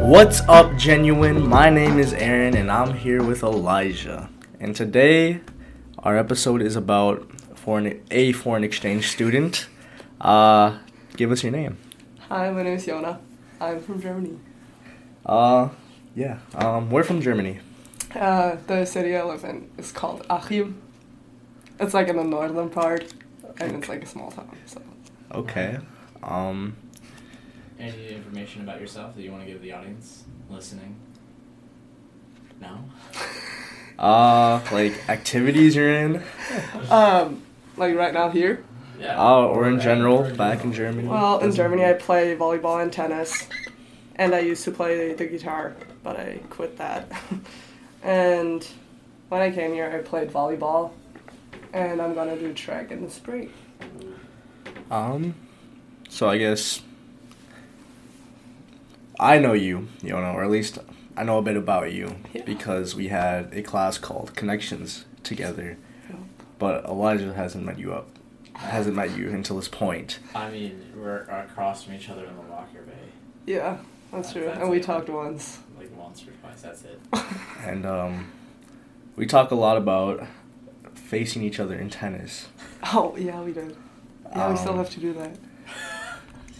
What's up, genuine? My name is Aaron, and I'm here with Elijah. And today, our episode is about foreign a foreign exchange student. Uh, give us your name. Hi, my name is Yona. I'm from Germany. Uh, yeah. Um, we're from Germany. Uh, the city I live in is called Achim. It's like in the northern part, and it's like a small town. So Okay. Um, Any information about yourself that you want to give the audience listening? No? uh, like activities you're in, Um, like right now here. Yeah. uh, or in general, back in Germany. Well, in Germany, I play volleyball and tennis, and I used to play the guitar, but I quit that. and when I came here, I played volleyball, and I'm gonna do track in the spring. Um, so I guess I know you, Yona, or at least I know a bit about you Yeah. because we had a class called Connections together. But Elijah hasn't met you up, hasn't met you until this point. I mean, we're across from each other in the locker bay, Yeah, that's true. That's And we it. talked once. like once or twice. That's it. And um, we talk a lot about facing each other in tennis. Oh yeah, we did. Yeah, we still Um, have to do that.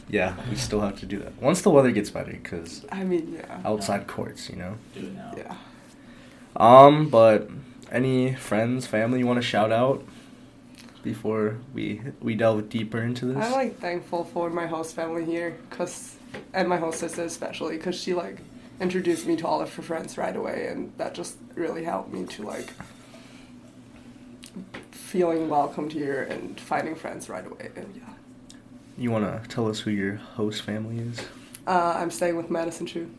Yeah, we still have to do that once the weather gets better, because I mean, yeah. outside courts, you know. Do it now. Yeah. Um, but any friends, family you want to shout out before we we delve deeper into this? I'm like thankful for my host family here, cause and my host sister especially, cause she like introduced me to all of her friends right away, and that just really helped me to like feeling welcomed here and finding friends right away. And yeah, you want to tell us who your host family is? uh, I'm staying with Madison Chu.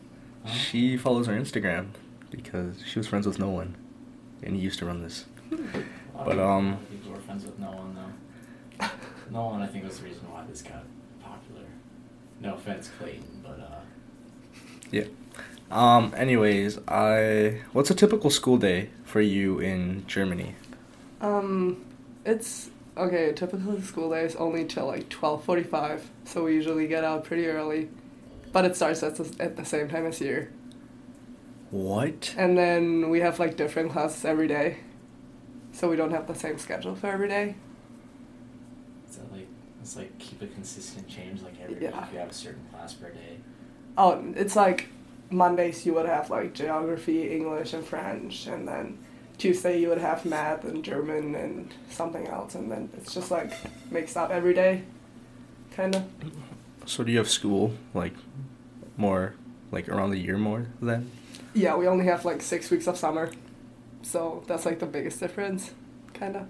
Huh? She follows our Instagram because she was friends with Nolan, and he used to run this. A lot of but, um, people- a lot of People were friends with no one, though. no one, I think, was the reason why this got popular. No offense, Clayton, but, uh, Yeah. Um. Anyways, I what's a typical school day for you in Germany? Um, it's okay. Typically, school day is only till like twelve forty-five, so we usually get out pretty early, but it starts at the, at the same time as here. What? And then we have like different classes every day. So we don't have the same schedule for every day. it's uh, like, it's like keep a consistent change, like every Yeah. week you have a certain class per day. Oh, it's like Mondays you would have like geography, English, and French. And then Tuesday you would have math and German and something else. And then it's just like mixed up every day, kind of. So do you have school like more like around the year more then? Yeah, we only have like six weeks of summer. So that's like the biggest difference, kind of.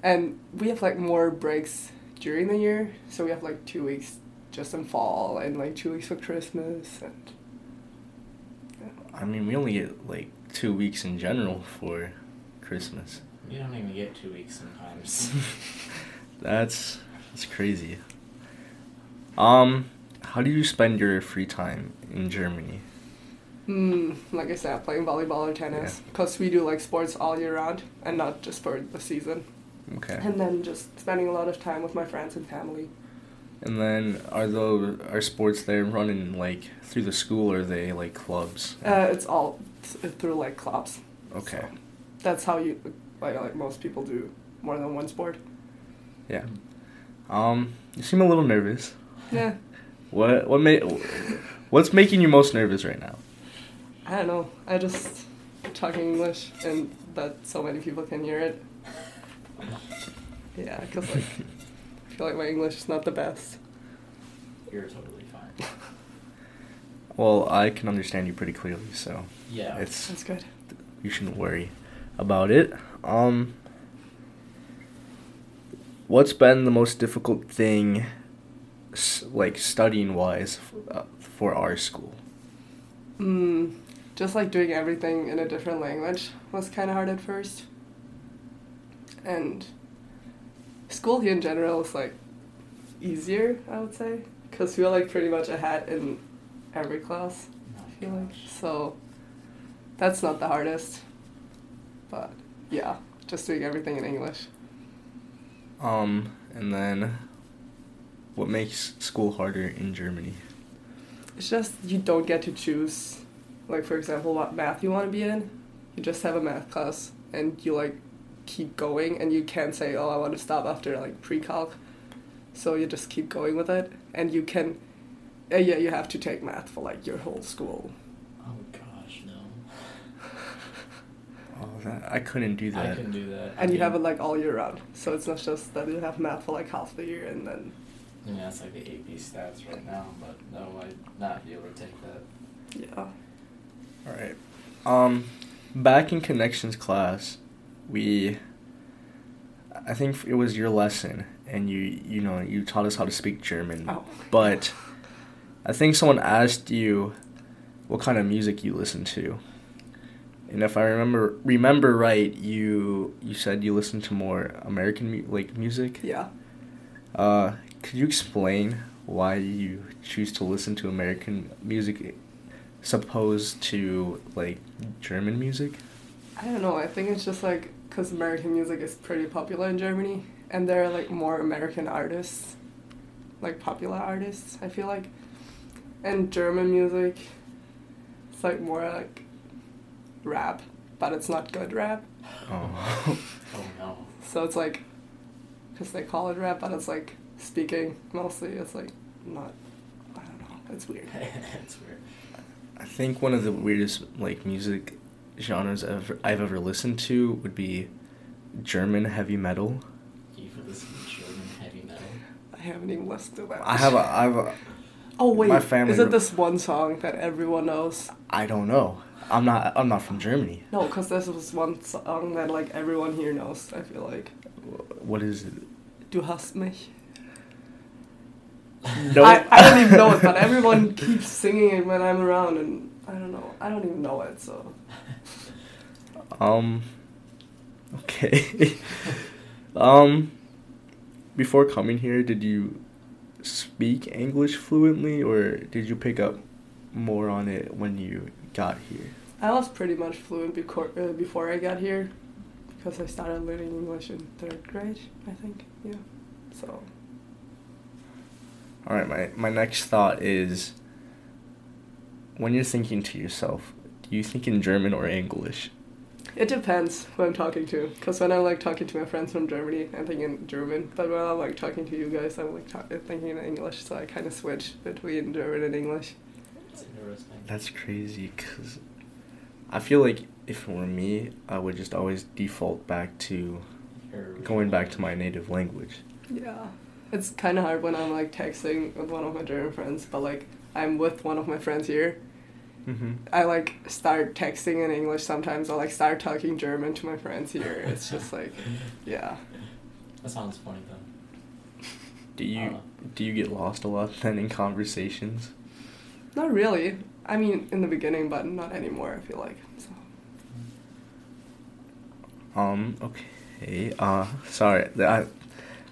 And we have like more breaks during the year. So we have like two weeks just in fall and like two weeks for Christmas. And I mean, we only get like two weeks in general for Christmas. You don't even get two weeks sometimes. That's that's crazy. Um, how do you spend your free time in Germany? mm, like I said, playing volleyball or tennis. Yeah. Because we do like sports all year round and not just for the season. Okay. And then just spending a lot of time with my friends and family. And then are those are sports there running like through the school or are they like clubs? Uh, it's all th- through like clubs. okay. so that's how you, like, like most people do more than one sport. Yeah. Um, you seem a little nervous. Yeah, What what made what's making you most nervous right now? I don't know. I just talking English, and that so many people can hear it. Yeah, because like I feel like my English is not the best. You're totally fine. Oh Well, I can understand you pretty clearly, so Yeah. it's That's good. you shouldn't worry about it. Um, what's been the most difficult thing, s- like studying wise, f- uh, for our school? Mm, just like doing everything in a different language was kind of hard at first. And school here in general is like easier, I would say, because we're like pretty much ahead in every class. Oh, feel like. gosh. So that's not the hardest. But yeah, just doing everything in English. Um, and then what makes school harder in Germany? it's just you don't get to choose, like for example, what math you want to be in. You just have a math class, and you like keep going, and you can't say, "Oh, I want to stop after like pre-calc," so you just keep going with it, and you can. Uh, yeah, you have to take math for like your whole school. Oh gosh, no. Oh, that, I couldn't do that. I can do that. And you have it like. like all year round. So it's not just that you have math for like half the year and then I mean, that's like the AP stats right now, but no, I'd not be able to take that. yeah. All right. Um, back in connections class, we. I think it was your lesson, and you you know you taught us how to speak German. Oh. Mm. But, I think someone asked you, what kind of music you listen to. And if I remember remember right, you you said you listen to more American mu- like music. Yeah. Uh, could you explain why you choose to listen to American music, supposed to like German music? I don't know. I think it's just like because American music is pretty popular in Germany and there are like more American artists, like popular artists, I feel like. And German music, it's like more like rap, but it's not good rap. Oh, Oh no. So it's like, because they call it rap, but it's like speaking mostly. It's like not, I don't know. It's weird. That's weird. I think one of the weirdest like music genres ever I've ever listened to would be German heavy metal. You've listened to German heavy metal. I haven't even listened to that. I have a I have a oh wait, my family is it re- this one song that everyone knows? I don't know. I'm not I'm not from Germany. No, because this was one song that like everyone here knows. I feel like Wh- What is it? Du hast mich. No. I, I don't even know it, but everyone keeps singing it when I'm around, and I don't know. I don't even know it. So Um. Okay. um. Before coming here, did you speak English fluently, or did you pick up more on it when you got here? I was pretty much fluent before uh, before I got here, because I started learning English in third grade. I think yeah. So All right. My my next thought is. When you're thinking to yourself, do you think in German or English? It depends who I'm talking to. Because when I'm like talking to my friends from Germany, I'm thinking German. But when I'm like talking to you guys, I'm like ta- thinking in English. So I kind of switch between German and English. It's interesting. That's crazy, cause I feel like if it were me, I would just always default back to Your original- going back to my native language. Yeah. It's kind of hard when I'm like texting with one of my German friends, but like I'm with one of my friends here. Mm-hmm. I like start texting in English sometimes. I like start talking German to my friends here. It's just like, yeah. That sounds funny though. Do you Uh. do you get lost a lot then in conversations? Not really. I mean, in the beginning, but not anymore, I feel like. So. Um. Okay. Uh. Sorry. th- I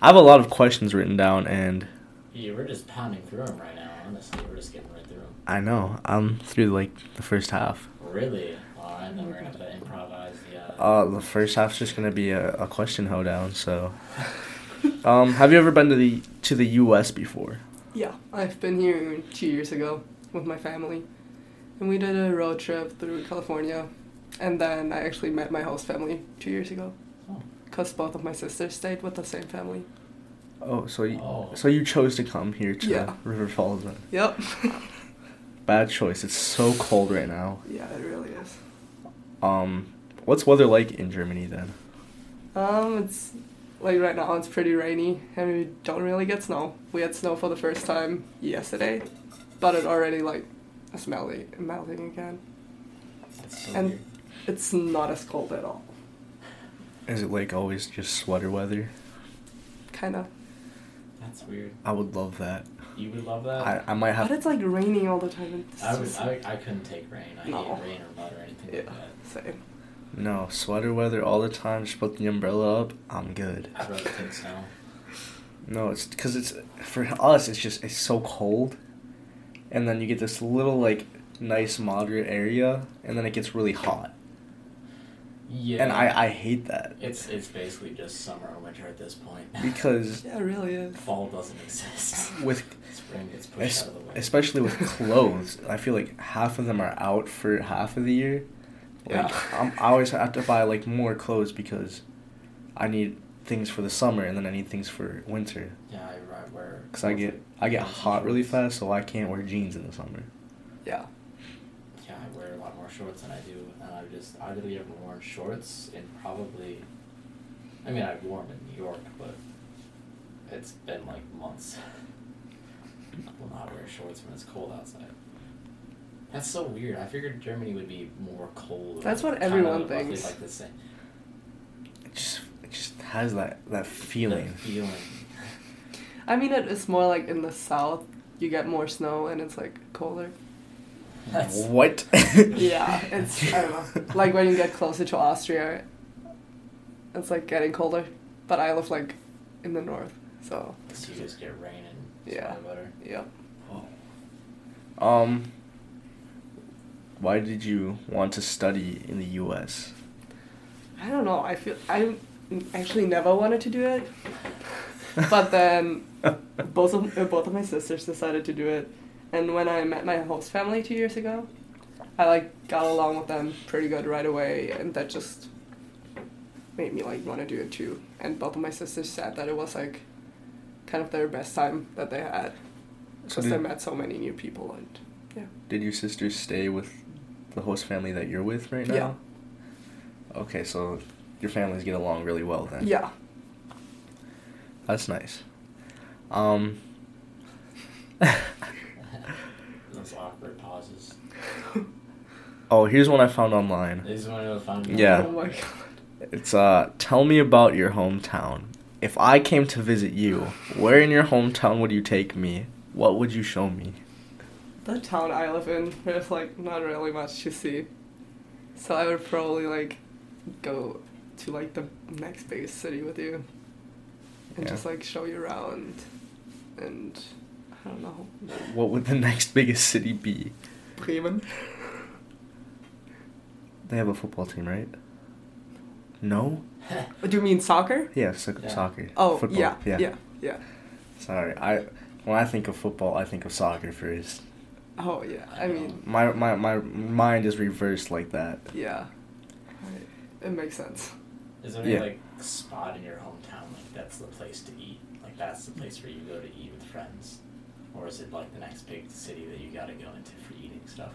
I have a lot of questions written down, and Yeah, we're just pounding through them right now. Honestly, we're just getting right through them. I know I'm through like the first half. Really? All right, then we're gonna have to improvise the. Uh, Uh, the first half's just gonna be a, a question hoedown. So, um, have you ever been to the to the U.S. before? Yeah, I've been here two years ago with my family, and we did a road trip through California, and then I actually met my host family two years ago, oh, cause both of my sisters stayed with the same family. Oh, so you, Oh. so you chose to come here to Yeah. River Falls. Then. Yep. Bad choice. It's so cold right now. yeah, it really is. Um, what's weather like in Germany then? Um, it's like right now it's pretty rainy, and we don't really get snow. We had snow for the first time yesterday, but it already like is melting, melting again. that's so And- weird. It's not as cold at all. Is it like always just sweater weather? Kind of, That's weird. I would love that. You would love that. I, I might but have. it's like raining all the time. It's I, would, just- I, I couldn't take rain. I No. hate rain or mud or anything like Yeah, that. same. No, sweater weather all the time. Just put the umbrella up. I'm good. I'd rather take snow. No, it's because it's for us. It's just it's so cold, and then you get this little like nice moderate area, and then it gets really hot. Yeah. And I, I hate that It's it's basically just summer or winter at this point. because Yeah, it really is. fall doesn't exist. with spring gets pushed es- out of the way. especially with clothes, I feel like half of them are out for half of the year. Like Yeah. I'm, I always have to buy like more clothes because I need things for the summer and then I need things for winter. Yeah, I right where. Cause I get I get hot really fast, so I can't wear jeans in the summer. Yeah. Yeah, I wear a lot more shorts than I do, and I just I literally haven't worn shorts in probably. I mean, I've worn in New York, but it's been like months. I will not wear shorts when it's cold outside. That's so weird. I figured Germany would be more cold. That's what Kinda everyone roughly thinks. Like the same It just it just has that that the feeling. feeling. I mean, it is more like in the south, you get more snow and it's like colder. That's- What? Yeah, it's, I don't know. Like when you get closer to Austria, it's like getting colder. But I live like in the north, so So you just get rain and it's Yeah. probably better. yeah. Um, why did you want to study in the U.S.? I don't know. I feel I actually never wanted to do it, but then both of uh, both of my sisters decided to do it, and when I met my host family two years ago, I like got along with them pretty good right away, and that just made me like want to do it too. And both of my sisters said that it was like kind of their best time that they had So because they did, met so many new people and yeah. did your sister stay with the host family that you're with right now? Yeah. Okay, so your families get along really well then. Yeah. That's nice. Um. Those awkward pauses. oh, here's one I found online. This is one of the fun ones. Yeah. Oh my god. It's uh, tell me about your hometown. If I came to visit you, where in your hometown would you take me? What would you show me? The town I live in, there's like not really much to see. So I would probably like go to like the next biggest city with you and Yeah. just like show you around and I don't know. What would the next biggest city be? Bremen? They have a football team, right? No. Do you mean soccer? Yeah, so- Yeah. soccer. Oh, football. yeah, yeah. Yeah. Sorry, I when I think of football, I think of soccer first. Oh yeah. I mean, My my my mind is reversed like that. yeah. Right. It makes sense. Is there any Yeah. like spot in your hometown like that's the place to eat? Like that's the place where you go to eat with friends? Or is it like the next big city that you gotta go into for eating stuff?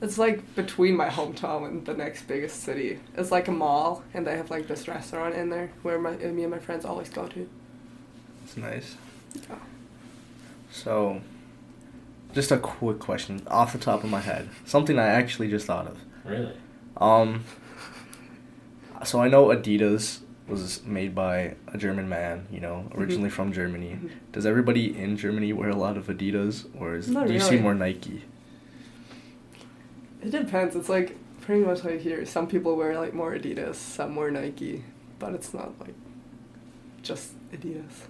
It's like between my hometown and the next biggest city. It's like a mall, and they have like this restaurant in there where my me and my friends always go to. It's nice. So, just a quick question off the top of my head, something I actually just thought of. Really? Um, so I know Adidas was made by a German man, you know, Mm-hmm. originally from Germany. Mhm. Does everybody in Germany wear a lot of Adidas, or is, do Not you see really. more Nike? It depends. It's like pretty much like here. Some people wear like more Adidas, some wear Nike, but it's not like just Adidas.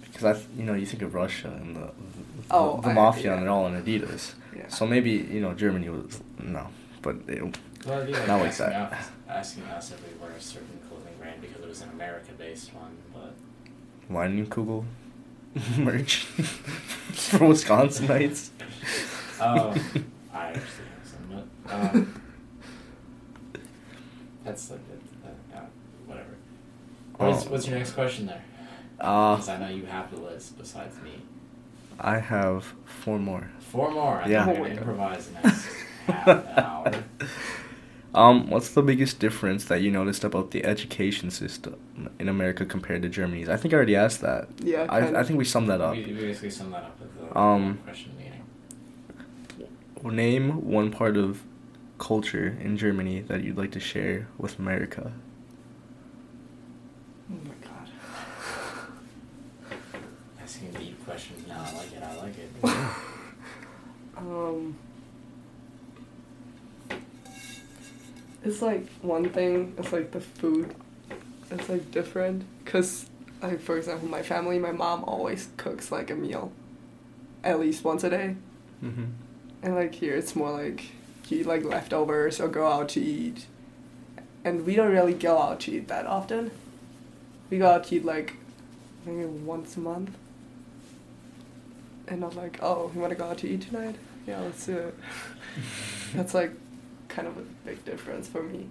Because I, th- you know, you think of Russia and the the, Oh, the I- mafia, yeah. and they're all in Adidas. Yeah. So maybe you know Germany was no, but it, Well, it'd be like Not like asking, that. Us, asking us if we wear a certain clothing brand because it was an America based one, but Kugel merch for Wisconsinites. Um, I actually have some, but um, that's like uh, uh, whatever. What's, Oh. what's your next question there? Uh, Because I know you have the list besides me. I have four more. Four more. I Yeah. think Oh we're my gonna God. improvise the next half an hour. Um, what's the biggest difference that you noticed about the education system in America compared to Germany's? I think I already asked that. Yeah, kind I, I of. think we summed that up. We, we basically sum that up at the Um, question at the beginning. Name one part of culture in Germany that you'd like to share with America. Oh my god. Asking deep questions. No, I like it. I like it. Um. It's like one thing. It's like the food. It's like different because, like for example, my family, my mom always cooks like a meal, at least once a day. Mm-hmm. And like here, it's more like you eat like leftovers or go out to eat, and we don't really go out to eat that often. We go out to eat like maybe once a month. And not like, oh, you want to go out to eat tonight? Yeah, let's do it. That's like kind of a big difference for me.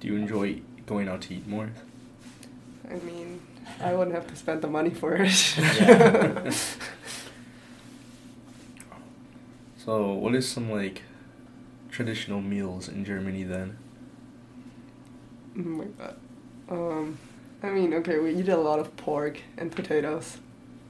Do you enjoy going out to eat more? I mean, I wouldn't have to spend the money for it. Yeah. So, what is some like traditional meals in Germany then? oh my god. Um, I mean, okay, we eat a lot of pork and potatoes.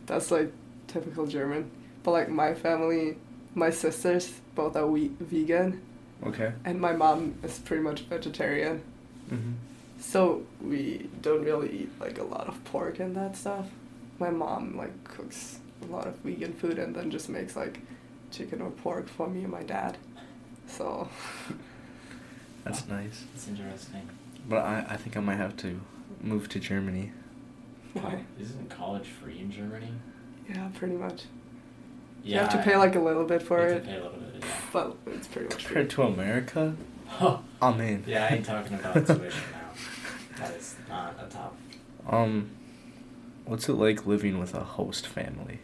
That's like typical German. But like my family, my sisters both are we- vegan, Okay. and my mom is pretty much vegetarian. hmm So we don't really eat like a lot of pork and that stuff. My mom like cooks a lot of vegan food and then just makes like chicken or pork for me and my dad. So That's nice. It's interesting. But I, I think I might have to move to Germany. why? Isn't college free in Germany? Yeah, pretty much. you have to pay I- like a little bit you for have it, to pay a little bit, yeah. but it's pretty much free. Compared to America, I'm in. yeah, I ain't talking about tuition now. That is not a top. Um, what's it like living with a host family?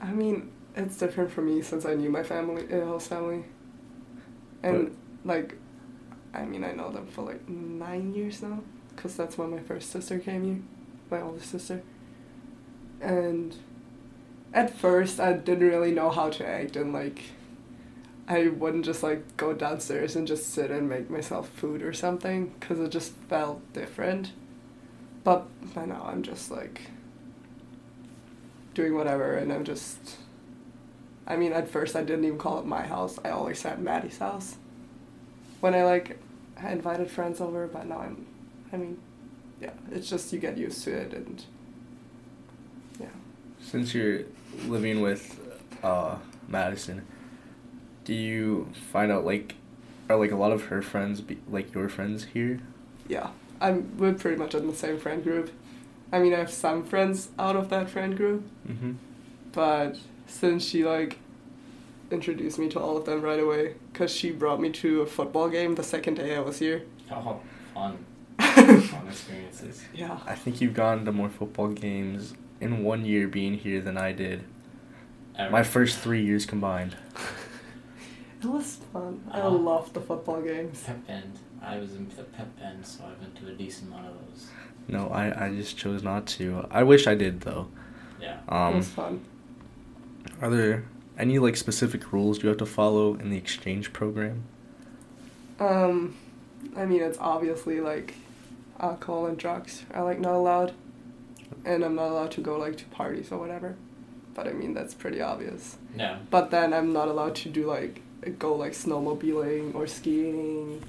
I mean, it's different for me since I knew my family, uh, host family, and like, I mean, I know them for like nine years now, cause that's when my first sister came here, my older sister, and at first I didn't really know how to act and like. I wouldn't just like go downstairs and just sit and make myself food or something because it just felt different. But by now I'm just like doing whatever, and I'm just. I mean, at first I didn't even call it my house. I always said Maddie's house. When I like, I invited friends over, but now I'm. I mean, yeah, it's just you get used to it, and yeah. Since you're living with uh, Madison, do you find out like are like a lot of her friends be, like your friends here? yeah, I'm we're pretty much in the same friend group. I mean, I have some friends out of that friend group, Mm-hmm. but since she like introduced me to all of them right away, cause she brought me to a football game the second day I was here. Oh, fun. fun experiences. Yeah, I think you've gone to more football games in one year being here than I did. Ever. My first three years combined. it was fun. I Uh-huh. loved the football games. Pep Bend. I was in the Pep Bend, so I went to a decent amount of those. No, I, I just chose not to. I wish I did though. Yeah. it Um, was fun. are there any like specific rules you have to follow in the exchange program? Um, I mean, it's obviously like alcohol and drugs are like not allowed, and I'm not allowed to go like to parties or whatever. But I mean, that's pretty obvious. No. But then I'm not allowed to do like go like snowmobiling or skiing,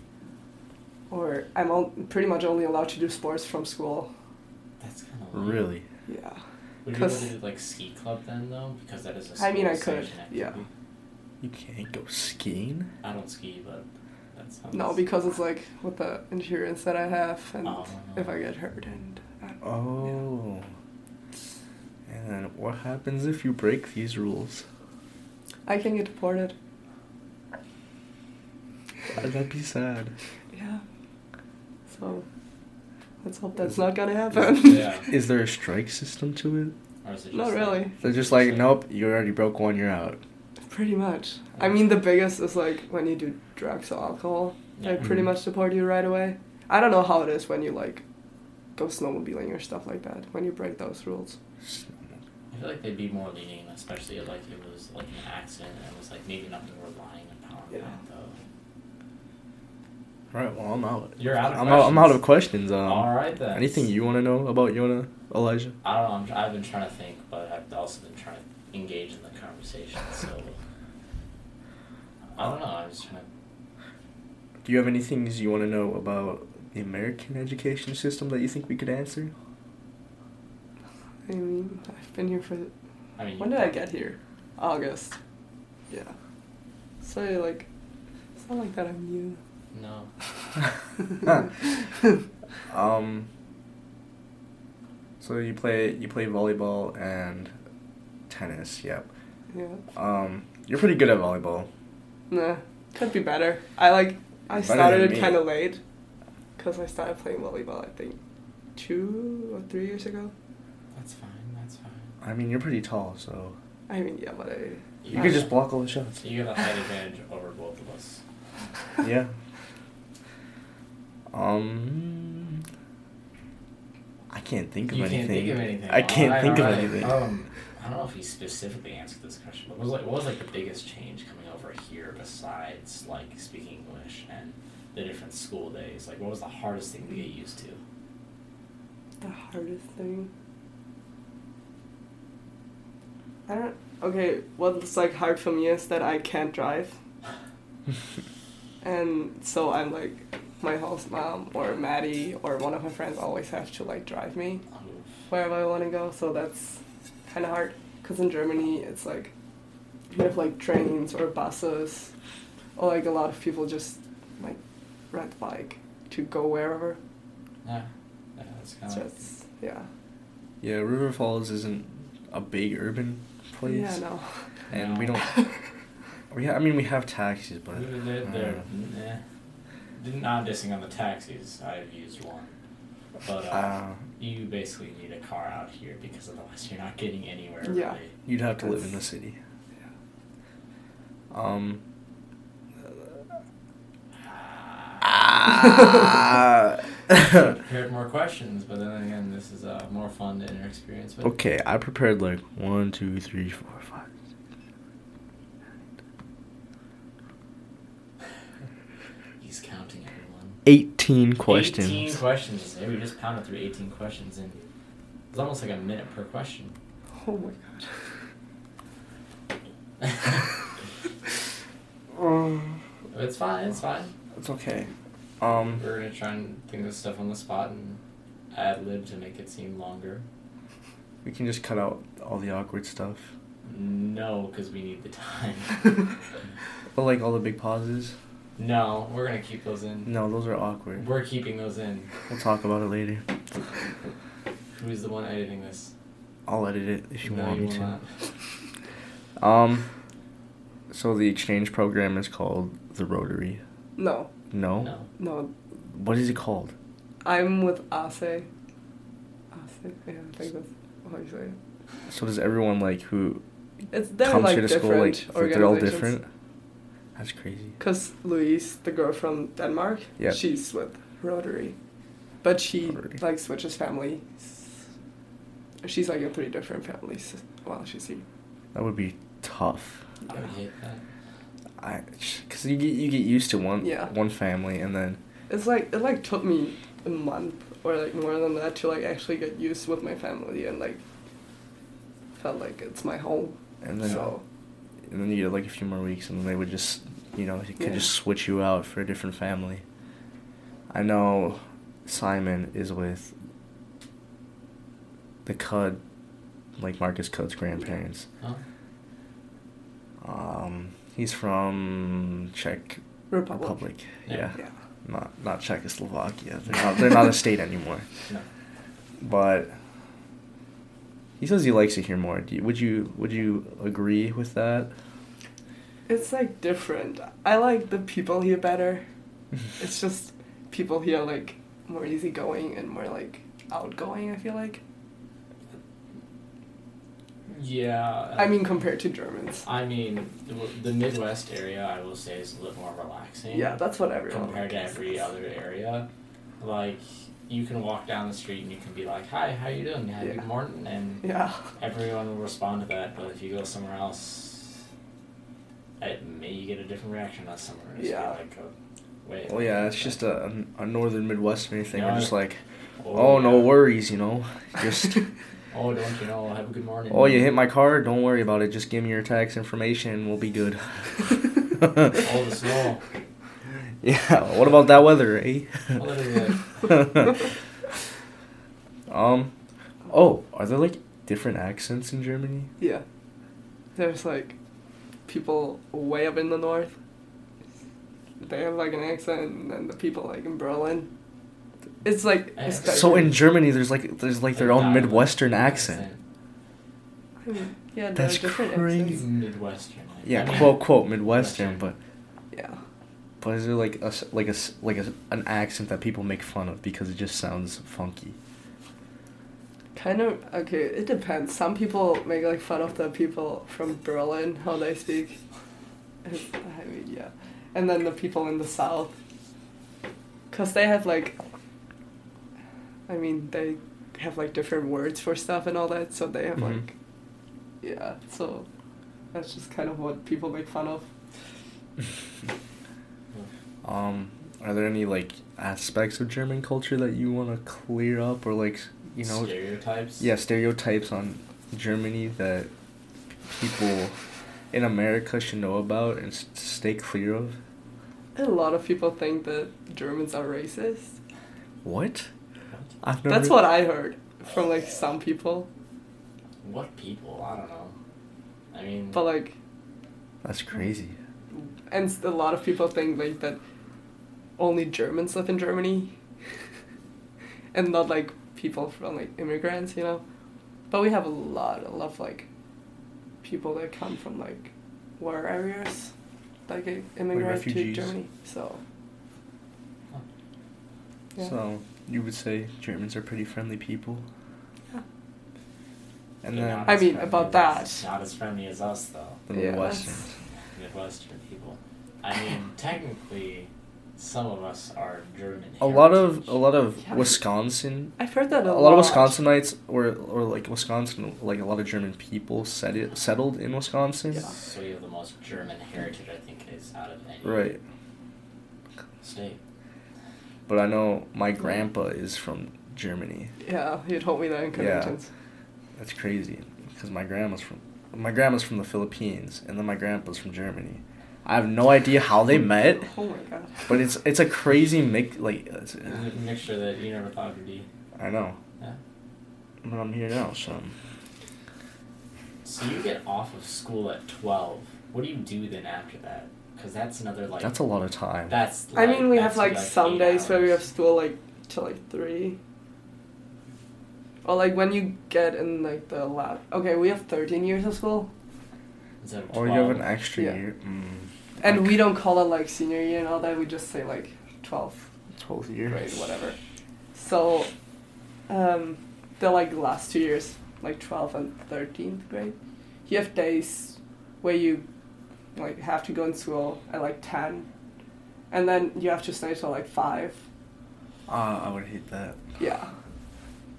or I'm all, pretty much only allowed to do sports from school. That's kind of Really? Yeah, Would you go 'Cause- to like ski club then though? Because that is a I mean, I school-sanctioned could, activity. yeah. You can't go skiing? I don't ski, but that sounds. no, because it's like with the insurance that I have, and Oh. if I get hurt and uh, I don't Oh. know, And what happens if you break these rules? yeah. I can get deported. That'd be sad. Yeah. So let's hope that's Is- not gonna happen. Yeah. Is there a strike system to Or is it Not just, really. it? They're just like, nope, you already broke one, you're out. Pretty much. I mean, the biggest is like when you do drugs or alcohol, they Yeah. pretty Mhm. much deport you right away. I don't know how it is when you like go snowmobiling or stuff like that when you break those rules. I feel like they'd be more lenient, especially if like it was like an accident and it was like maybe nothing relying upon Yeah. that though. Alright, well, I'm out. You're out of I'm out, I'm out of questions. questions. Um, All right then. Anything you want to know about Yona, Elijah? I don't know. I'm, tr- I've been trying to think, but I've also been trying to engage in the conversation. So I don't know. I was trying Do you have any things you want to know about the American education system that you think we could answer? I mean, I've been here for to. I mean, when did I get here? August. Yeah. So like, it's not like that I'm new. No. um. So you play you play volleyball and tennis. Yep. yeah. Um, you're pretty good at volleyball. Nah. Could be better. I like. I Better started than it me. kind of late. because I started playing volleyball, I think, two or three years ago. That's fine. That's fine. I mean, you're pretty tall, so I mean, yeah, but I. you I- could just block all the shots. You have a height advantage over both of us. yeah. Um, I can't think of you anything. can't think of anything. I can't Alright, think of alright. anything. Um, I don't know if he specifically answered this question, but what was like what was like the biggest change coming over here besides like speaking English and the different school days? Like, what was the hardest thing to get used to? The hardest thing. I don't. Okay, what's like hard for me is that I can't drive, and so I'm like, my host mom or Maddie or one of my friends always have to like drive me wherever I want to go. So that's kind of hard. Cause in Germany, it's like you have like trains or buses, or like a lot of people just like rent bike to go wherever. Yeah, yeah, that's kind So of. it's yeah. yeah, River Falls isn't a big urban place. Yeah, no. And we don't. We ha- I mean, we have taxis, but. uh, They're, I don't they're, know. nah. Didn't- I'm dissing on the taxis. I've used one, but uh, Uh, you basically need a car out here because otherwise you're not getting anywhere. Yeah. Really. You'd have to live in the That's- city. Um. Ah. prepared more questions, but then again, this is uh, more fun than your experience. With. okay, I prepared like one, two, three, four, five. He's counting everyone. 18 questions. 18 questions. Yeah, we just pounded through 18 questions in. It's almost like a minute per question. Oh my god. Um, it's fine. It's fine. it's okay. Um, We're gonna try and think of stuff on the spot and ad lib to make it seem longer. we can just cut out all the awkward stuff. No, because we need the time. But like all the big pauses. no, we're gonna keep those in. No, those are awkward. We're keeping those in. We'll talk about it later. Who's the one editing this? I'll edit it if you no, want you me to. will not. Um, so the exchange program is called the Rotary. No, No. No. no. What is it called? I'm with Ase. Ase. Yeah, I think that's how you say it. So does everyone like who It's they're comes like here to school different like organizations. they're all different? That's crazy. Because Louise, the girl from Denmark, Yeah. she's with Rotary. But she Rotary. like switches families. She's like in three different families while she's here. That would be tough. I would hate that. I, cause you get you get used to one Yeah. one family and then It's like it like took me a month or like more than that to like actually get used with my family and like felt like it's my home. and then so and then you get like a few more weeks and then they would just you know they could Yeah. just switch you out for a different family. I know Simon is with the Cud, like Marcus Cud's grandparents. Huh? Um, he's from Czech Republic. Republic. Yeah. Yeah. Yeah. Not not Czechoslovakia. They're not, they're not a state anymore. No. But he says he likes it here more. Do you, would you would you agree with that? It's like different. I like the people here better. it's just people here like more easygoing and more like outgoing, I feel like. Yeah. uh, I mean compared to Germans. I mean, the- the Midwest area, I will say, is a little more relaxing. Yeah, that's what everyone compared to likes. every other area. Like, you can walk down the street and you can be like, "Hi, how you doing? How Yeah. good morning," and Yeah. everyone will respond to that. But if you go somewhere else, it may you get a different reaction on someone. Just be Yeah. Like, oh, wait. Well, yeah, it's just a a northern Midwestern thing. We're Yeah. just like, Oh, oh, no yeah. worries, you know. Just Oh, don't you know? Have a good morning. oh, you hit my car. Don't worry about it. Just give me your tax information. and We'll be good. All the snow. Yeah, what about that weather, eh? A little um, oh, are there like different accents in Germany? Yeah. There's like people way up in the north. They have like an accent, and then the people like in Berlin. It's like Yeah. it's That's So better. in Germany, there's like there's like their own Midwestern accent. I mean, yeah, there That's are different crazy. accents. Midwestern. I Yeah, mean. quote quote Midwestern, but Yeah. But is there like a s- like a s- like a, an accent that people make fun of because it just sounds funky? Kind of okay. It depends. Some people make like fun of the people from Berlin how they speak. It's- I mean, yeah, and then the people in the south, cause they have like. I mean, they have like different words for stuff and all that, so they have Mhm. like. Yeah, so that's just kind of what people make fun of. Um, are there any like aspects of German culture that you want to clear up or like you know stereotypes. yeah stereotypes on Germany that people in America should know about and s- stay clear of? A lot of people think that Germans are racist. What? What? I've That's what I heard from like some people, What people? I don't know. I mean, but like That's crazy. and s- a lot of people think like that only Germans live in Germany and not like people from like immigrants, you know. But we have a lot, a lot of like people that come from like war areas, like i- immigrant to refugees. Germany. So huh. yeah. So you would say Germans are pretty friendly people. Yeah. And They're then not I as mean, friendly about as- that. Not as friendly as us, though. the Yeah, Midwestern. Midwestern people. I mean, technically, some of us are German. A lot of heritage. a lot of Yeah. Wisconsin I've heard that a, a lot of Wisconsinites or or like Wisconsin, like a lot of German people set it, settled in Wisconsin. Yeah. So you have the most German heritage, I think, is out of any Right. state. But I know my grandpa is from Germany. Yeah, you told me that in Yeah. conventions. That's crazy because my grandma's from my grandma's from the Philippines and then my grandpa's from Germany. I have no idea how they met, Oh my god. but it's it's a crazy mix. Like it's, It's a mixture that you never thought would be. I know, Yeah. but I'm here now, so So you get off of school at twelve. What do you do then after that? Because that's another like. that's a lot of time. That's. I Like, mean, we have that's like some eight days where we have hours. school like till like three. Or like when you get in like the lab. Okay, we have thirteen years of school, Instead of Or Oh, 12, you have an extra Yeah. year. Mm, and like we don't call it like senior year and all that. We just say like twelfth twelve years. grade, whatever. So, um, the like last two years, like twelfth and thirteenth grade, you have days where you like have to go in school at like ten, and then you have to stay till like five. Ah, I would hate that. Yeah.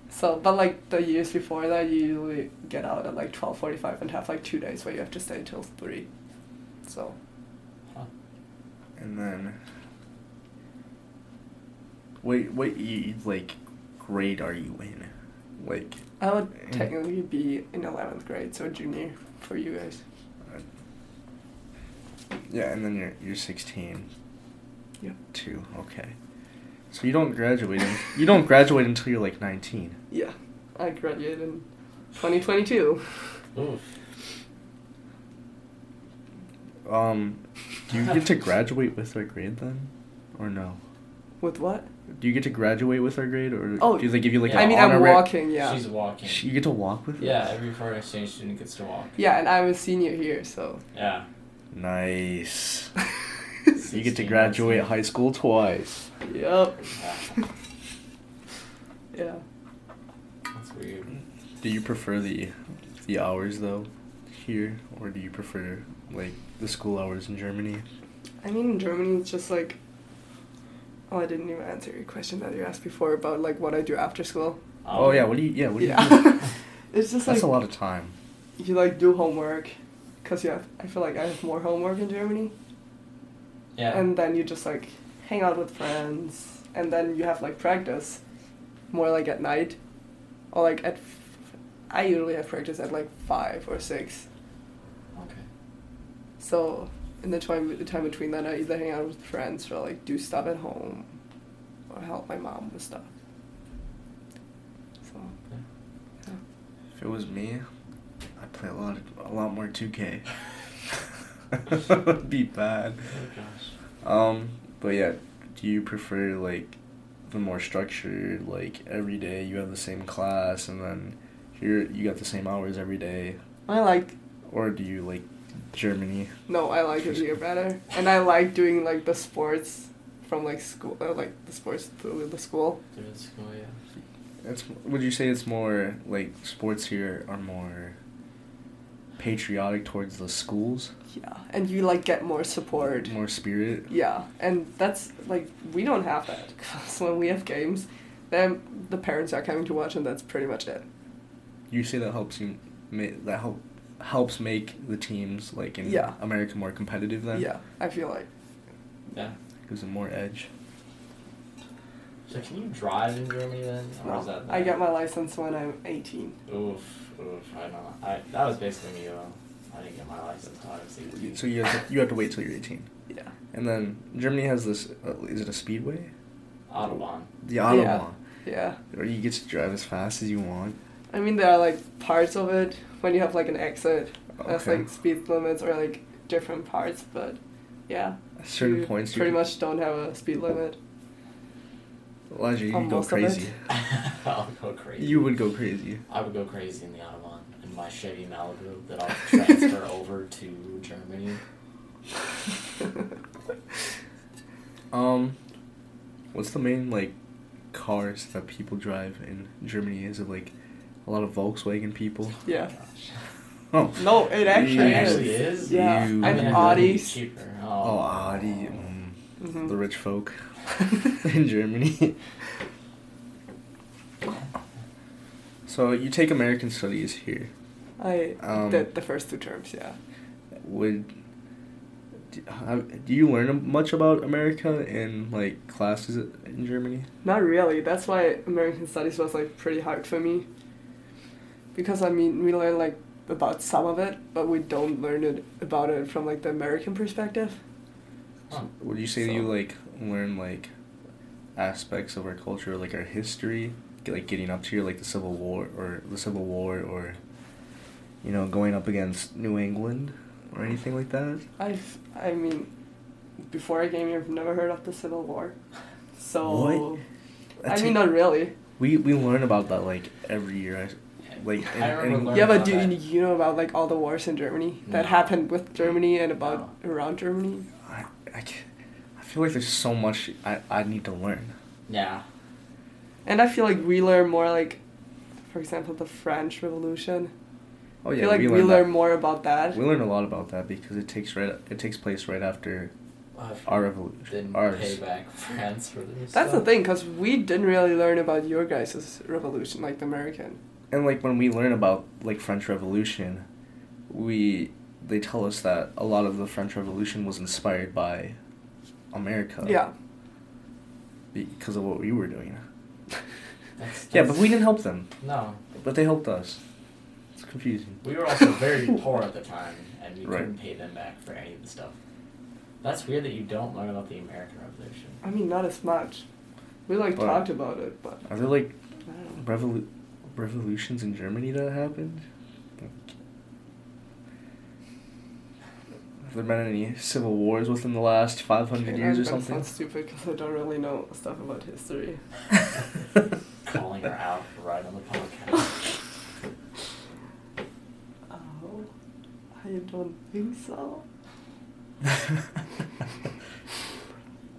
So, but like the years before that, you usually get out at like twelve forty-five and have like two days where you have to stay till three. So Huh. And then, wait, what you like grade are you in? Like, I would Mm. technically be in eleventh grade, so junior for you guys. uh, yeah, and then you're you're sixteen. Yeah. Two. Okay. So you don't graduate. In, you don't graduate until you're like nineteen. Yeah, I graduated in twenty twenty-two. Oof. Um, do you get to graduate with our grade then, or no? With what? Do you get to graduate with our grade, or Oh, do they give you like? Yeah. an I mean, I'm honorary- walking. Yeah. She's walking. Sh- You get to walk with. yeah, us? every foreign exchange student gets to walk. yeah, and I'm a senior here, so. Yeah. Nice. You get to 16, graduate 19. high school twice. yep. Yeah. Yeah. That's weird. Do you prefer the the hours though here or do you prefer like the school hours in Germany? I mean, in Germany, it's just like. Oh, I didn't even answer your question that you asked before about like what I do after school. Oh, yeah, what do you yeah, what do yeah. you do? it's just That's like a lot of time. you like do homework, cause yeah, I feel like I have more homework in Germany, Yeah. and then you just like hang out with friends, and then you have like practice, more like at night, or like at. F- I usually have practice at like five or six, okay. so in the time the time between that, I either hang out with friends or like do stuff at home, or help my mom with stuff. So. Yeah. yeah. If it was me, I'd play a lot a lot more 2K. Be bad. Oh gosh. Um but yeah, do you prefer like the more structured like every day you have the same class and then here you got the same hours every day I like or do you like Germany. No, I like it here better, and I like doing like the sports from like school, or, like the sports through the school. Through the school, yeah. It's would you say it's more like sports here are more patriotic towards the schools, Yeah, and you like get more support. more spirit. Yeah, and that's like we don't have that because when we have games, then the parents are coming to watch, and that's pretty much it. You say that helps you ma- that help helps make the teams like in Yeah. America more competitive then. Yeah, I feel like Yeah. gives them more edge. So can you drive in Germany then, or is that? I got my license when I'm 18. Oof, oof. I don't know. I that was basically me though. I didn't get my license till I was eighteen. So you have to, you have to wait till you're 18, Yeah. and then Germany has this. Uh, is it a speedway? Autobahn. The Yeah. autobahn, Yeah. where you get to drive as fast as you want. I mean, there are like parts of it when you have like an exit. That's Okay. like speed limits or like different parts, but yeah. At certain you points, you pretty can- much don't have a speed limit. Elijah, you on could go most of it. crazy. I'll go crazy. You would go crazy. I would go crazy in the autobahn in my Chevy Malibu that I'll transfer over to Germany. Um, what's the main like cars that people drive in Germany? Is it like a lot of Volkswagen people? yeah. Gosh. Oh No, it actually It Yeah. actually is. Yeah. You- I And mean, I feel like it'd be Audis. cheaper. Oh, Oh, Audi, mm, Mhm. the rich folk in Germany. so you take American studies here. I Um, did the first two terms, yeah. Would do, how, do you learn much about America in like classes in Germany? Not really. That's why American studies was like pretty hard for me. Because I mean, we learn like about some of it, but we don't learn it about it from like the American perspective. Huh. Would you say that you So- like learn like aspects of our culture, like our history, g- like getting up to here, like the Civil War or the Civil War, or you know, going up against New England or anything like that? I've, I mean, before I came here, I've never heard of the Civil War. So, What? I That's mean, it. not really. we we learn about that like every year. I- Like in- I remember in- learning yeah, but about do that. you, you know about like all the wars in Germany that No. happened with Germany and about around Germany? I, I, can't- I feel like there's so much I, I need to learn. Yeah. And I feel like we learn more like, for example, the French Revolution. Oh I yeah, feel like we, learn, learn that- more about that. We learn a lot about that because it takes right it takes place right after our revolution. Didn't pay Ours. back France for That's this. the uh, stuff. thing, because we didn't really learn about your guys' revolution, like the American. and like when we learn about like french revolution we they tell us that a lot of the french revolution was inspired by america yeah. because of what we were doing That's- yeah but we didn't help them No, but they helped us it's confusing we were also very poor at the time, and we Right. couldn't pay them back for any of the stuff. That's weird that you don't learn about the American Revolution. I mean, not as much. We like But- talked about it, but are there like I don't know. revolu- revolutions in germany that happened have there been any civil wars within the last 500 And years I'm or gonna something Sound stupid because I don't really know stuff about history. Calling her out right on the podcast. Oh, I don't think so.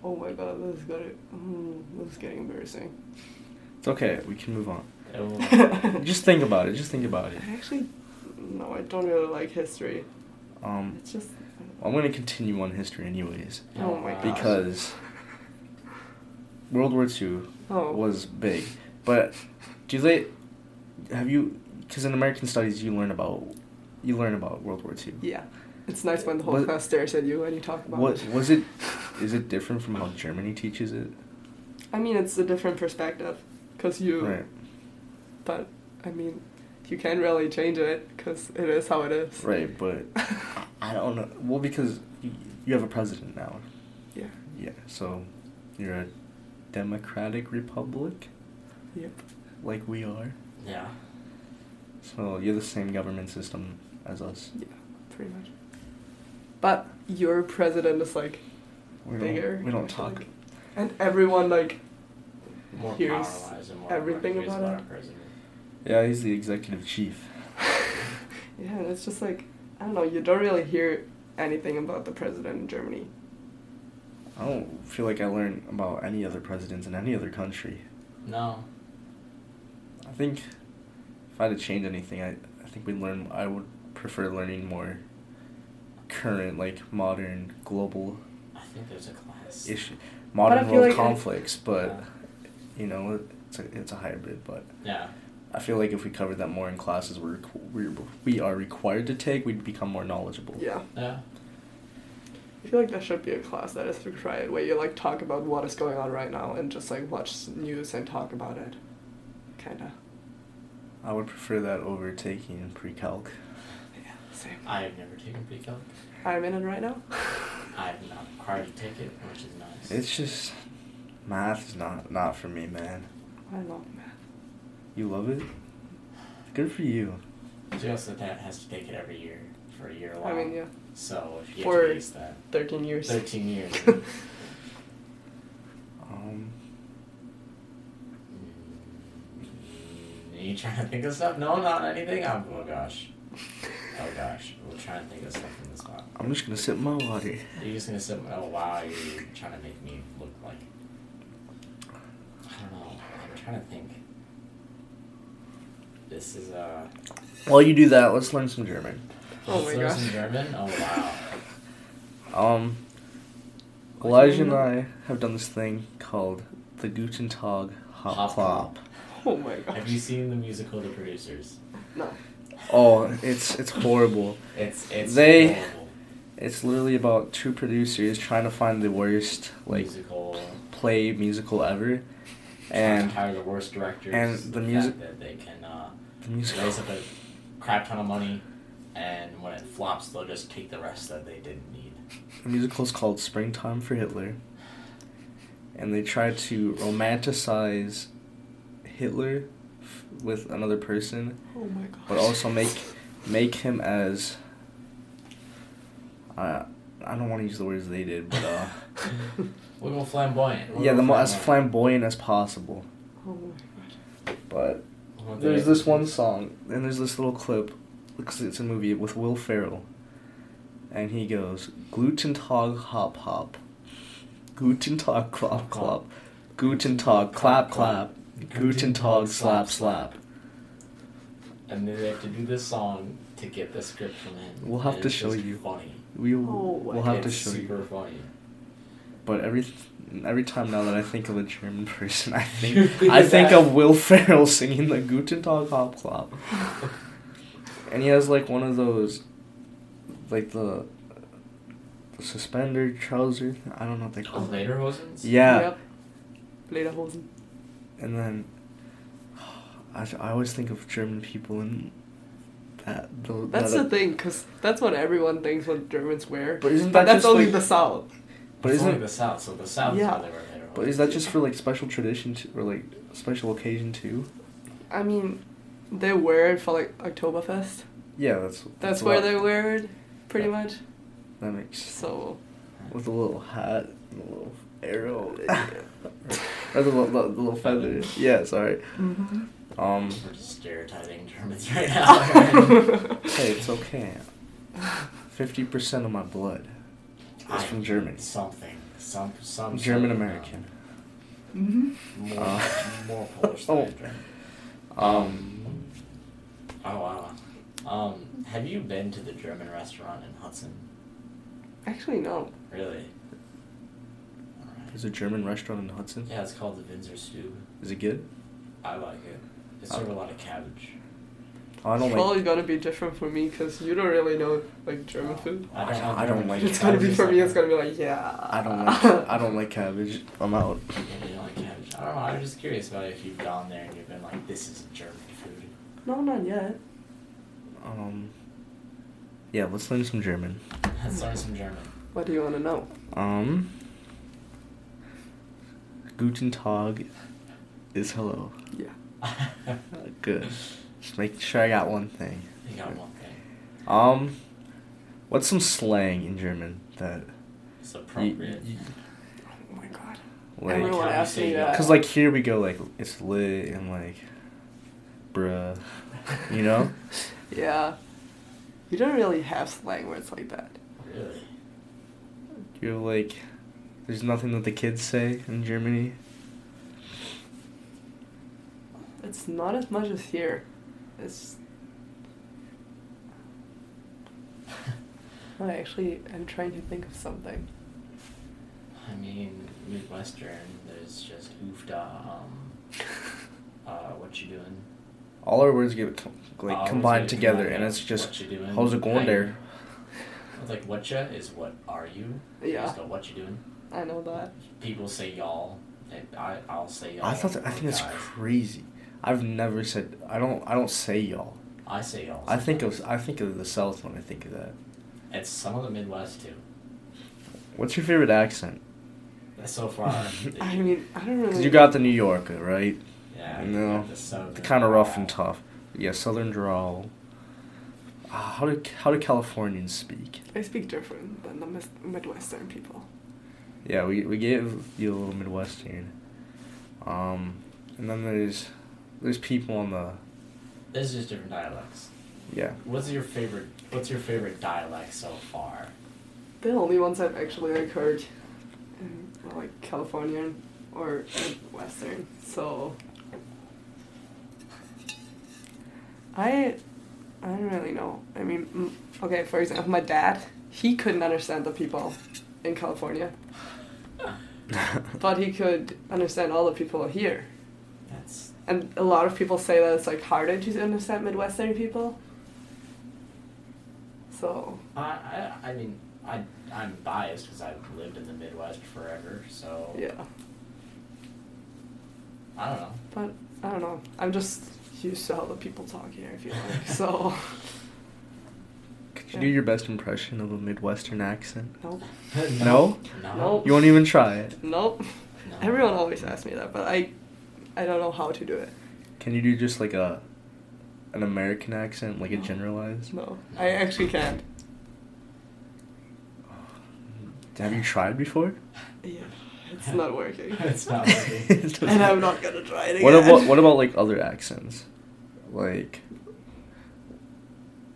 Oh my god, this is gonna, mm, this is getting embarrassing. it's okay we can move on Oh, just think about it. Just think about it. I actually, no, I don't really like history. Um, It's just. I'm gonna continue on history anyways Oh my gosh. because World War II Oh. was big. But do they have you? Because in American studies, you learn about you learn about World War II. Yeah, it's nice when the whole What- class stares at you when you talk about What it. was it? Is it different from how Germany teaches it? I mean, it's a different perspective, cause you. Right. But I mean, you can't really change it, cause it is how it is. Right, but I don't know. Well, because you, you have a president now. Yeah. Yeah. So you're a democratic republic, Yep. like we are. Yeah. So you're the same government system as us. Yeah, pretty much. But your president is like We bigger. don't, we don't I feel talk. like. And everyone like. More Here's power-wise and more everything confused about about it. our president. Yeah, he's the executive chief. yeah, and it's just like I don't know, you don't really hear anything about the president in Germany. I don't feel like I learned about any other presidents in any other country. No. I think if I had to change anything, I, I think we'd learn. I would prefer learning more current, like modern global I think there's a class. issue, I modern feel world like it- conflicts. but Yeah. you know, it's a it's a hybrid. But Yeah. I feel like if we covered that more in classes, we're requ- we we are required to take, we'd become more knowledgeable. Yeah. Yeah. I feel like there should be a class that is required where you like talk about what is going on right now and just like watch news and talk about it. Kinda. I would prefer that over taking pre-calc. Yeah, same. I have never taken pre-calc. I'm in it right now. I'm not required to take it, which is nice. It's just math is not not for me, man. I love math. You love it. Good for you. Just that that has to take it every year for a year long. I mean, yeah, So if you For- have to use that, 13 years. 13 years. I Um, Mm, Are you trying to think of stuff? No, not anything. Oh, oh gosh. Oh gosh. We're trying to think of stuff in this spot. I'm just gonna sip my water. You're just gonna sit. Oh wow, you're trying to make me look like. I don't know. I'm trying to think. This is uh. While you do that, let's learn some German. Oh this my was in gosh. German. Oh wow. Um, Elijah and I have done this thing called the Guten Tag Hop Plop. Oh my gosh. Have you seen the musical The Producers? No. Oh, it's it's horrible. It's it's They- horrible. It's literally about two producers trying to find the worst like musical play musical ever, and and hire the worst directors and the fact music- that they can uh, the musical. raise up a crap ton of money, and when it flops, they'll just take the rest that they didn't need. The musical is called Springtime for Hitler. And they try to romanticize Hitler f- with another person, Oh my gosh. but also make make him as uh, I don't want to use the words they did, but uh, We're going flamboyant. We're yeah, the going mo- as flamboyant as possible. Oh my But We want the- there's this one song, and there's this little clip because it's a movie with Will Ferrell, and he goes Gluten Tag Hop Hop, Gluten Tag Clop Clop, Gluten Tag Clap Clap, Gluten Tag Slap Slap. And then they have to do this song to get the script from him. We'll have and to it's show just you. Funny. We Oh, will, we'll have to It's show super you. funny. But every every time now that I think of a German person, I You think think I of think that. of Will Ferrell singing the Guten Tag Hop Clop. gosh. And he has like one of those, like the, the suspender trouser. I don't know what they Oh, call it. later Hosens? Yeah. Yep. Lederhosen. And then, I, I always think of German people and that. The, That's that the thing, because that's what everyone thinks what Germans wear. But isn't that But that's just, only like- the South. But it's only isn't the South, so the South Yeah. is where they were later but is that just for like special tradition t or like special occasion too? I mean, they wear it for like Oktoberfest. Yeah, that's That's what- where they wear it, pretty Yeah. much. That makes So, with a little hat and a little arrow Yeah. or the, little- the little feather. Yeah, sorry. Um, We're just stereotyping Germans right now. hey, it's okay. Fifty percent of my blood is I'm from Germany. Something. Some some uh, I'm German American. Mhm. More, Uh. more Polish than Oh. I am German. Um, Oh wow. Um, have you been to the German restaurant in Hudson? Actually, no. Really? Alright. there's a German restaurant in Hudson. Yeah, it's called the Windsor Stew. Is it good? I like it. It's serve a lot of cabbage. Oh, I don't it's like. probably gonna be different for me because you don't really know like German food. I don't- I don't like It's gonna be Cabbage for me. It's gonna be like yeah. I don't like. I don't like cabbage. I'm out. Yeah, they don't like cabbage. I don't know. I'm just curious about if you've gone there and you've been like, this is German food. No, not yet. Um, yeah, let's learn some German. Let's learn some German. What do you want to know? Um, Guten Tag is hello. Yeah. Uh, Good. Just making sure I got one thing. You got one thing. Um, what's some slang in German that It's appropriate. You- Oh my god. like? Everyone Can we asked me say that. that? Cause like here we go like it's lit and like, bruh, you know. Yeah. You don't really have slang words like that. Really? You're like, there's nothing that the kids say in Germany. It's not as much as here. It's. I actually am trying to think of something. I mean, Midwestern, there's just oofda, um, uh, what you doing? All our words get com- like Uh, combined what you- together, yeah, and it's what just, you doing? how's it How you- going there? It's like whatcha is what are you? Yeah, Just a what you doing? I know that. People say y'all, and I I'll say y'all. I thought that, I or think that's guys. crazy. I've never said I don't I don't say y'all. I say y'all. I think sometimes. of I think of the South when I think of that. it's some of the Midwest too. What's your favorite accent? So far, I mean, I don't Cause really. you got the New Yorker, right? yeah, No. the southern Kind of rough and drawl. tough. Yeah, Southern drawl. Ah, How do how do Californians speak? I speak different than the mis- Midwestern people. Yeah, we we gave you a little Midwestern. Um, and then there's there's people on the There's just different dialects. yeah. What's your favorite? What's your favorite dialect so far? The only ones I've actually like heard, um, are, like Californian or Western. So I, I don't really know. I mean, mm, okay. For example, my dad, he couldn't understand the people in California, but he could understand all the people here. That's And a lot of people say that it's like harder to understand Midwestern people. So I I, I mean I I'm biased because I've lived in the Midwest forever, so yeah, I don't know. but I don't know. I'm just used to how the people talk here. I feel like so. Could you do your best impression of a Midwestern accent? Nope. No? No. No. You won't even try it. Nope. No. Everyone always asks me that, but I, I don't know how to do it. Can you do just like a an American accent, like a No. generalized? No, I actually can't. Have you tried before? Yeah, it's not working. It's not working. It's and I'm not gonna try it again. What about what about like other accents? Like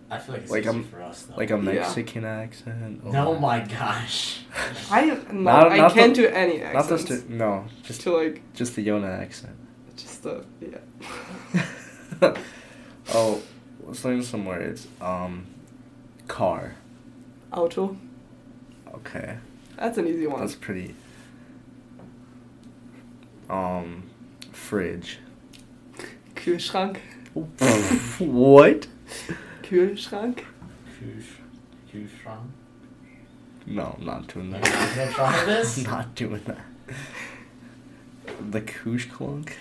I feel like it's Like, easy I'm- for us though. like a Yeah. Mexican accent? or- No, my gosh. I no, Not- I not can't the- do any Not accents. just the, no, just to like just the Yona accent. just the yeah. oh, let's learn some words. Um, car. Auto. Okay, That's an easy one. that's pretty. Um, fridge. Kühlschrank. what? Kühlschrank. Kush. No, I'm not doing You're not gonna that. try this? not doing that. The koosh clunk.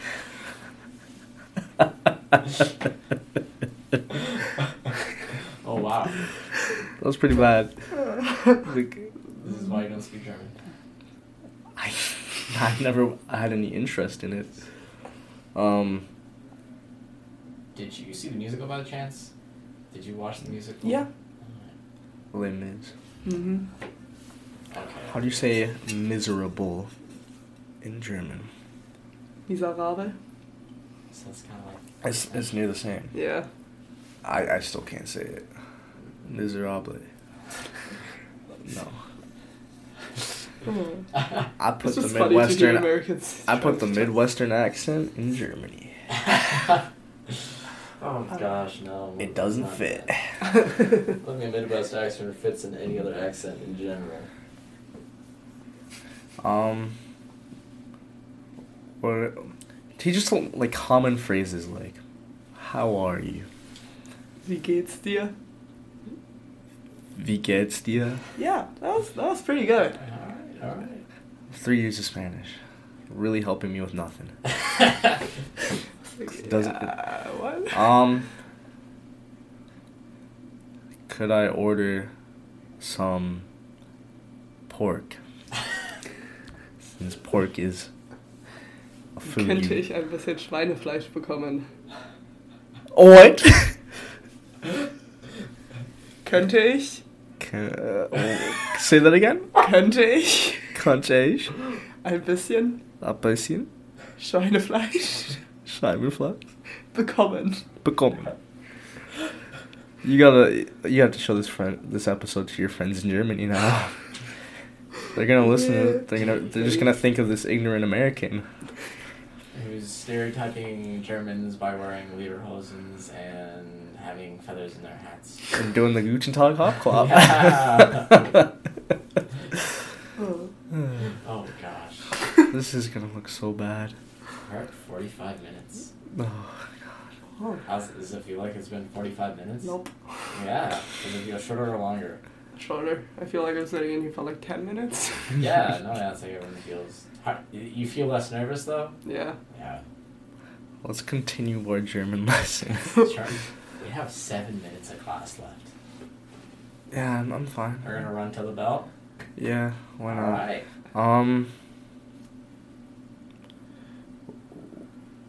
Oh wow. That was pretty bad. The- This is why you don't speak German. I, I never had any interest in it. Um, Did you see the musical by chance? Did you watch the musical? Yeah. limits. hmm Okay. How do you say miserable in German? Miserable. So it's kind of like. It's, it's near the same. Yeah. I, I still can't say it. Miserable. No. Oh. Hmm. I I put the just funny to hear Midwestern. Americans. I put the try- Midwestern accent in Germany. oh gosh, no. It doesn't Not fit. that. I mean, Midwest accent fits in any other accent in general. Um. Or teach us some, like common phrases like, "How are you?" Wie geht's dir? "Wie geht's dir?" Yeah, that was that was pretty good. Alright, alright. Three years of Spanish, really helping me with nothing. Doesn't- Yeah, what? Um. Could I order some pork? Since pork is a food. Könnte you- ich ein bisschen Schweinefleisch bekommen? What? Könnte ich? Ca- uh, oh, Say that again. Könnte ich? Contage. Ein bisschen A bisschen. Schweinefleisch Scheibenfleisch. bekommen. Bekommen. You gotta, you have to show this friend, this episode to your friends in Germany now. they're gonna listen to it. They're gonna, they're just gonna think of this ignorant American. Who's stereotyping Germans by wearing Lederhosens and having feathers in their hats. and doing the Gooch and Tog Hop Clop. Yeah. Oh. Oh gosh. this is gonna look so bad. We're at 45 minutes. Oh, Oh. How's, does it feel like it's been 45 minutes? Nope. Yeah. Does it feel shorter or longer? Shorter. I feel like I'm sitting in here for like 10 minutes. Yeah, no, that's like everyone feels. How- You feel less nervous though? yeah. Yeah. Let's continue our German lesson. Sure. We have seven minutes of class left. yeah, I'm, I'm fine. We're gonna run till the bell. Yeah, why not? Alright. Um,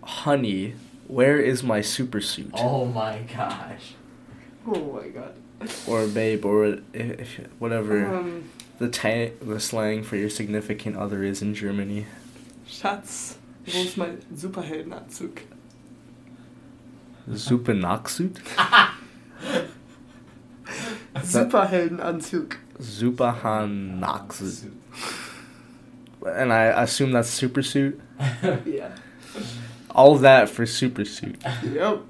honey, where is my supersuit? Oh my gosh. Oh my god. Or babe, or if, if whatever Um, the ta- the slang for your significant other is in Germany. Schatz, wo ist mein Superheldenanzug? Super Nachsuit? Superheldenanzug. Zupahan Nachsuit. And I assume that's supersuit. Yeah. All that for supersuit. Yep.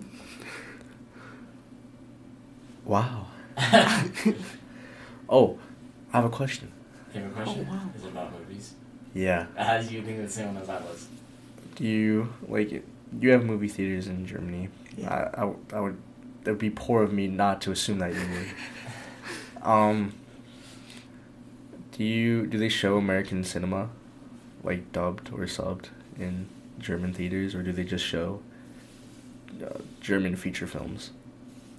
Wow. Oh, I have a question. You have a question? Oh, wow. Is it about movies? Yeah. How do you think the same one as I was? Do you like you have movie theaters in Germany? Yeah. I, I, w- I would it would be poor of me not to assume that you would. Um do you do they show American cinema like dubbed or subbed in German theaters or do they just show uh, German feature films?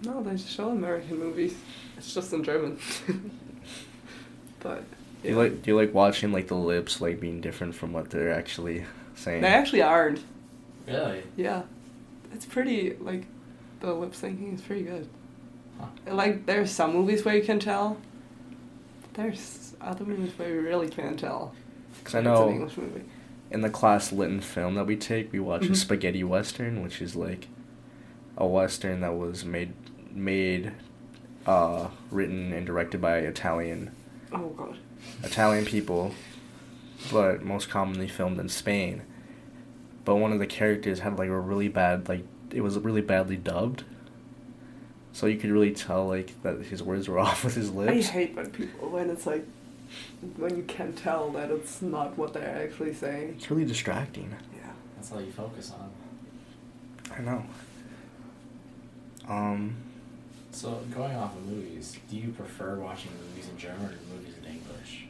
No, they show American movies. It's just in German. but Do you like do you like watching like the lips like being different from what they're actually saying? they actually aren't. Really? Yeah. It's pretty, like, the lip syncing is pretty good. Huh. And, like, there's some movies where you can tell. There's other movies where you really can't tell. 'Cause I It's know- an English movie. in the class lit and film that we take, we watch a Mhm. spaghetti western, which is like a western that was made made uh, written and directed by Italian Oh, God. Italian people, but most commonly filmed in Spain. But one of the characters had like a really bad like it was really badly dubbed. So you could really tell like that his words were off with his lips. I hate when people, when it's like, when you can tell that it's not what they're actually saying. It's really distracting. Yeah. That's all you focus on. I know. Um So, going off of movies, do you prefer watching movies in German or movies in English?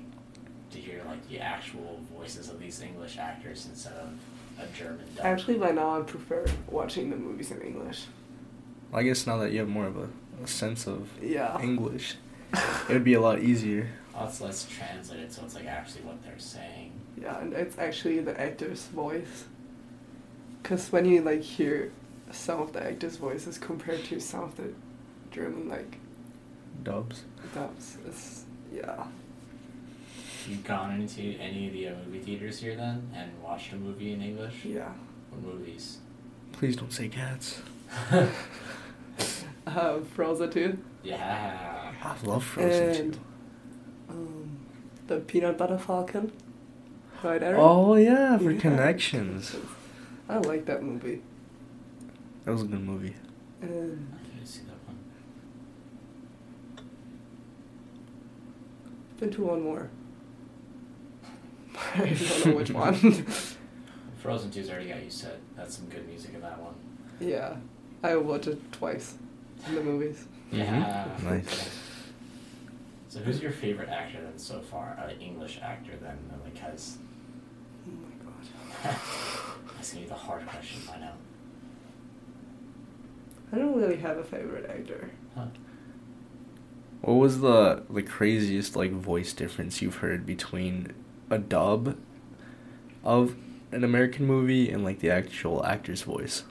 To hear like the actual voices of these English actors instead of a German dub. Actually, by now I prefer watching the movies in English. I guess now that you have more of a, a sense of Yeah. English, it would be a lot easier. Also, let's translate it so it's like actually what they're saying. Yeah, and it's actually the actor's voice. Because when you like hear some of the actors' voices compared to some of the German like Dubs. dubs, it's yeah. You gone into any of the uh, movie theaters here then and watched a movie in English? Yeah. What movies? Please don't say cats. Uh, Frozen 2. yeah. I love Frozen And- too. Um, the Peanut Butter Falcon. Right, Eric? Oh yeah, for Yeah. connections. I like that movie. That was a good movie. And I didn't see that one. been to one more. I don't know which one. Frozen 2's already got you set. That's some good music in that one. yeah, I watched it twice in the movies. Yeah. Nice. So who's your favorite actor then so far? An English actor then that like has Oh my god. asking you the hard question by now. I don't really have a favorite actor. Huh. What was the the craziest like voice difference you've heard between a dub of an American movie and like the actual actor's voice?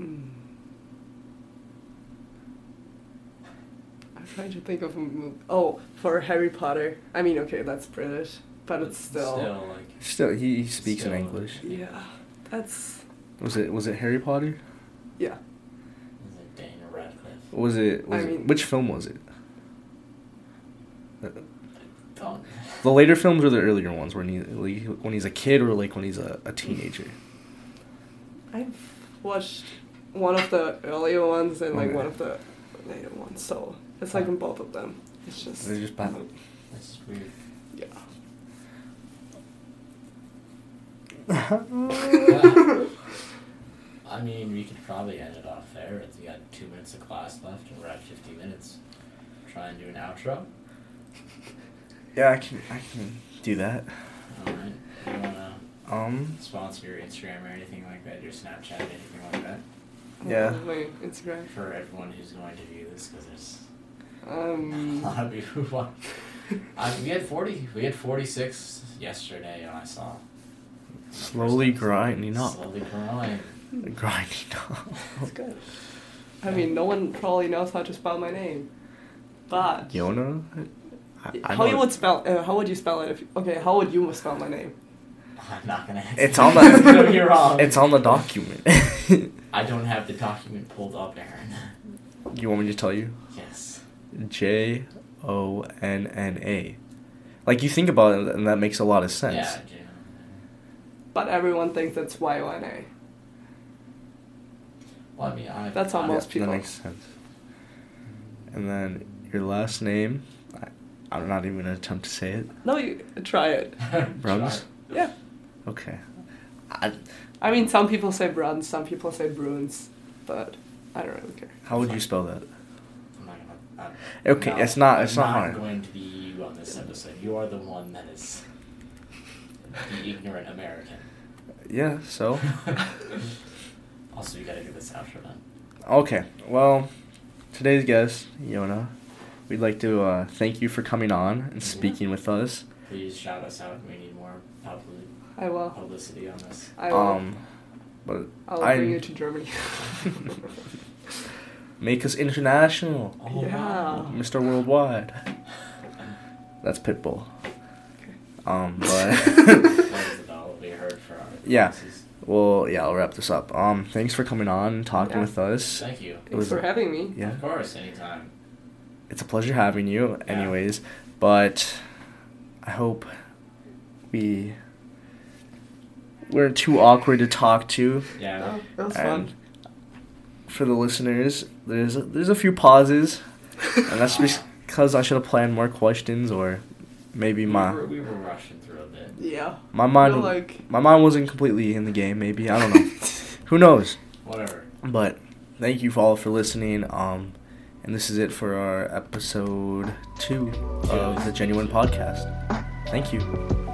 Mm. I'm trying to think of a movie. Oh, for Harry Potter. I mean, okay, that's British, but it's still. still like Still, he, he speaks Still. in English. Yeah, that's. Was it was it Harry Potter? Yeah. I was like, dang. Was it? Was I it mean- which film was it? Uh, Don't. The later films or the earlier ones when he like, when he's a kid or like when he's a, a teenager. I've watched one of the earlier ones and like Okay. one of the later ones, so it's like in both of them. It's just They're just bad. This is weird. yeah. I mean, we could probably end it off there. It's, we got two minutes of class left, and we're at 50 minutes. Try and do an outro. yeah, I can I can do that. Alright. You wanna Um, sponsor your Instagram or anything like that, your Snapchat, anything like that? Yeah. My Instagram. For everyone who's going to view this, because there's a Um. lot of people who want. I, we had 40. We had 46 yesterday, and I saw. slowly grinding up, Slowly growing. grinding up. It's good. I mean, no one probably knows how to spell my name, but Yona. I, I how know you would spell? Uh, how would you spell it? If okay, how would you spell my name? I'm not gonna. It's on the- You're wrong. It's on the document. I don't have the document pulled up, Aaron. you want me to tell you? yes. J O N N A. Like you think about it, and that makes a lot of sense. Yeah. Jim. But everyone thinks that's Y O N A. Well, I mean, I, That's how I- most people- That makes sense. And then your last name, I, I'm not even gonna attempt to say it. No, you try it. Bruns. Yeah. Okay. I, I mean, some people say Bruns, some people say Bruins, but I don't really care. how would you spell that? I'm not gonna. I, Okay, it's not- it's I'm not hard. going to be you on this episode. You are the one that is the ignorant American. Yeah. So. also, you gotta do this outro then. Okay. Well, today's guest, Yona. We'd like to uh, thank you for coming on and speaking with us. Please shout us out. We need more public I will. publicity on this. I will. um, but I'll I- bring you to Germany. make us international, Oh, Yeah. Mr. Worldwide. That's Pitbull. Um, but That was about all we heard for our Yeah. voices. well, yeah, I'll wrap this up. Um, thanks for coming on and talking Yeah. with us. Thank you. Thanks for having me. Yeah. Of course, anytime. It's a pleasure having you. Yeah. Anyways, but I hope we we're too awkward to talk to. Yeah. Oh, that was And fun. for the listeners, there's a, there's a few pauses, and that's because I should have planned more questions, or maybe We were, my we were rushing through a bit. yeah. my mind We're like my mind wasn't completely in the game. Maybe I don't know. Who knows? Whatever. But thank you for all for listening. Um, and this is it for our episode two of the Genuine Podcast. Thank you.